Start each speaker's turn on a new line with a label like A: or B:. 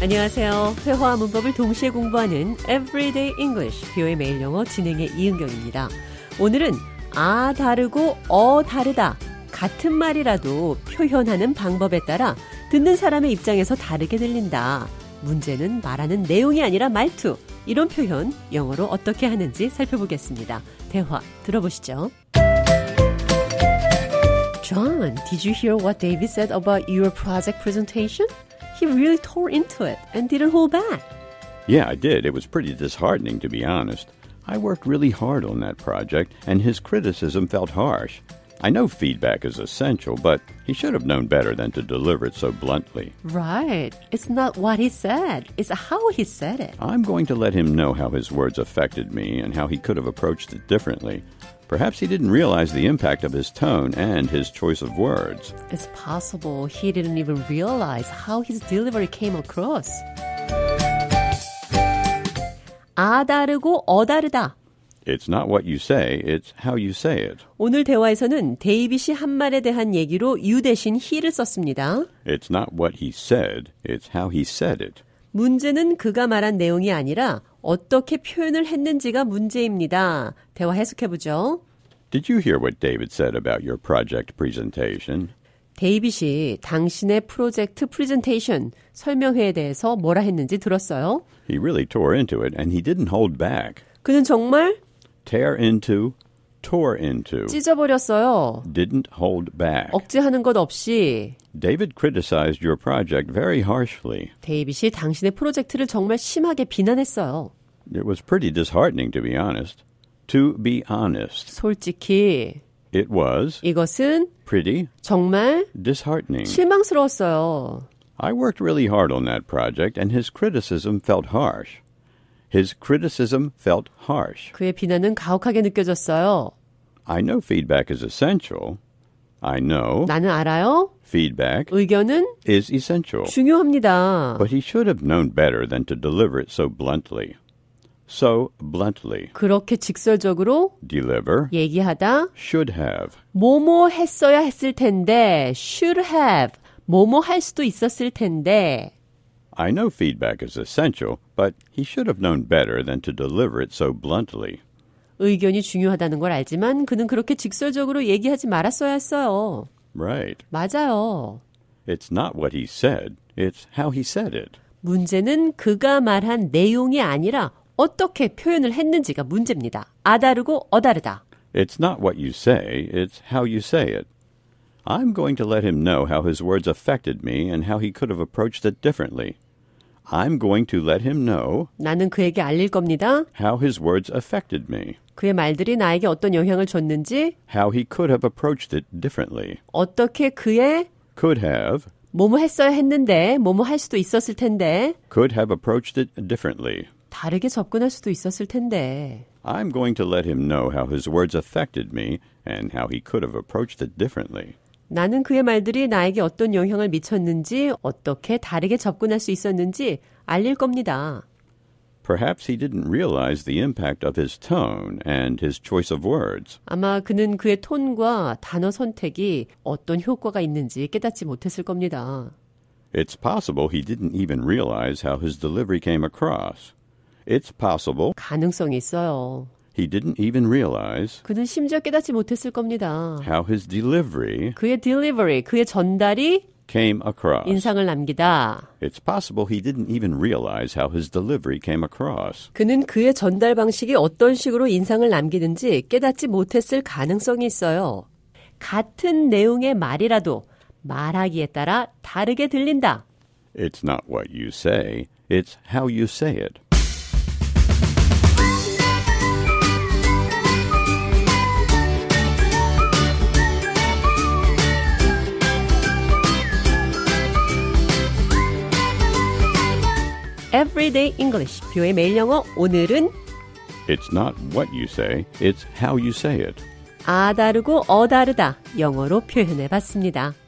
A: 안녕하세요. 회화와 문법을 동시에 공부하는 Everyday English, 뷰의 매일 영어 진행의 이은경입니다. 오늘은 아 다르고 어 다르다. 같은 말이라도 표현하는 방법에 따라 듣는 사람의 입장에서 다르게 들린다. 문제는 말하는 내용이 아니라 말투. 이런 표현 영어로 어떻게 하는지 살펴보겠습니다. 대화 들어보시죠. John, did you hear what David said about your project presentation? He really tore into it and didn't hold back.
B: Yeah, I did. It was pretty disheartening, to be honest. I worked really hard on that project, and his criticism felt harsh. I know feedback is essential, but he should have known better than to deliver it so bluntly.
A: Right. It's not what he said, it's how he said it.
B: I'm going to let him know how his words affected me and how he could have approached it differently. Perhaps he didn't realize the impact of his tone and his choice of words.
A: It's possible he didn't even realize how his delivery came across. 아 다르고 어 다르다.
B: It's not what you say, it's how you say it.
A: 오늘 대화에서는 데이빗이 한 말에 대한 얘기로 you 대신 he를 썼습니다.
B: It's not what he said, it's how he said it.
A: 문제는 그가 말한 내용이 아니라 어떻게 표현을 했는지가 문제입니다. 대화 해석해보죠.
B: Did you hear what David said about your project presentation?
A: 데이빗이 당신의 프로젝트 프리젠테이션 설명회에 대해서 뭐라 했는지 들었어요.
B: He really tore into it and he didn't hold back.
A: 그는 정말
B: Tear into, tore into,
A: 찢어버렸어요.
B: didn't hold back.
A: 억제하는 것 없이
B: David criticized your project very harshly.
A: 데이빗이 당신의 프로젝트를 정말 심하게 비난했어요.
B: It was pretty disheartening, to be honest. To be honest,
A: 솔직히
B: it was
A: 이것은
B: pretty
A: 정말
B: disheartening.
A: 실망스러웠어요.
B: I worked really hard on that project and his criticism felt harsh. His criticism felt harsh.
A: 그의 비난은 가혹하게 느껴졌어요.
B: I know feedback is essential. I know
A: 나는 알아요.
B: feedback
A: 의견은
B: is essential.
A: 중요합니다.
B: But he should have known better than to deliver it so bluntly. So bluntly.
A: 그렇게 직설적으로
B: Deliver.
A: 얘기하다
B: Should have.
A: 뭐뭐 했어야 했을 텐데 should have 뭐뭐 할 수도 있었을 텐데
B: I know feedback is essential, but he should have known better than to deliver it so bluntly.
A: 의견이 중요하다는 걸 알지만 그는 그렇게 직설적으로 얘기하지 말았어야 했어요.
B: Right.
A: 맞아요.
B: It's not what he said, it's how he said it.
A: 문제는 그가 말한 내용이 아니라 어떻게 표현을 했는지가 문제입니다. 아다르고 어다르다.
B: It's not what you say, it's how you say it. I'm going to let him know how his words affected me and how he could have approached it differently. I'm going to let him know
A: 나는 그에게 알릴 겁니다.
B: how his words affected me,
A: 그의 말들이 나에게 어떤 영향을 줬는지,
B: how he could have approached it differently.
A: 어떻게 그의
B: Could have,
A: 뭐뭐 했어야 했는데, 뭐뭐 할 수도 있었을 텐데,
B: could have approached it differently.
A: 다르게 접근할 수도 있었을 텐데.
B: I'm going to let him know how his words affected me and how he could have approached it differently.
A: 나는 그의 말들이 나에게 어떤 영향을 미쳤는지, 어떻게 다르게 접근할 수 있었는지 알릴 겁니다.
B: Perhaps he didn't realize the impact of his tone and his choice of words.
A: 아마 그는 그의 톤과 단어 선택이 어떤 효과가 있는지 깨닫지 못했을 겁니다.
B: It's possible he didn't even realize how his delivery came across. It's possible
A: 가능성이 있어요.
B: he didn't even realize
A: 그는 심지어 깨닫지 못했을 겁니다.
B: how his delivery
A: 그의 딜리버리, 그의 전달이
B: came across.
A: 인상을 남기다.
B: It's possible he didn't even realize how his delivery came across.
A: 그는 그의 전달 방식이 어떤 식으로 인상을 남기는지 깨닫지 못했을 가능성이 있어요. 같은 내용의 말이라도 말하기에 따라 다르게 들린다.
B: It's not what you say, it's how you say it.
A: Everyday English, 뷰의 매일 영어 오늘은
B: It's not what you say, it's how you say it.
A: 아 다르고 어 다르다 영어로 표현해 봤습니다.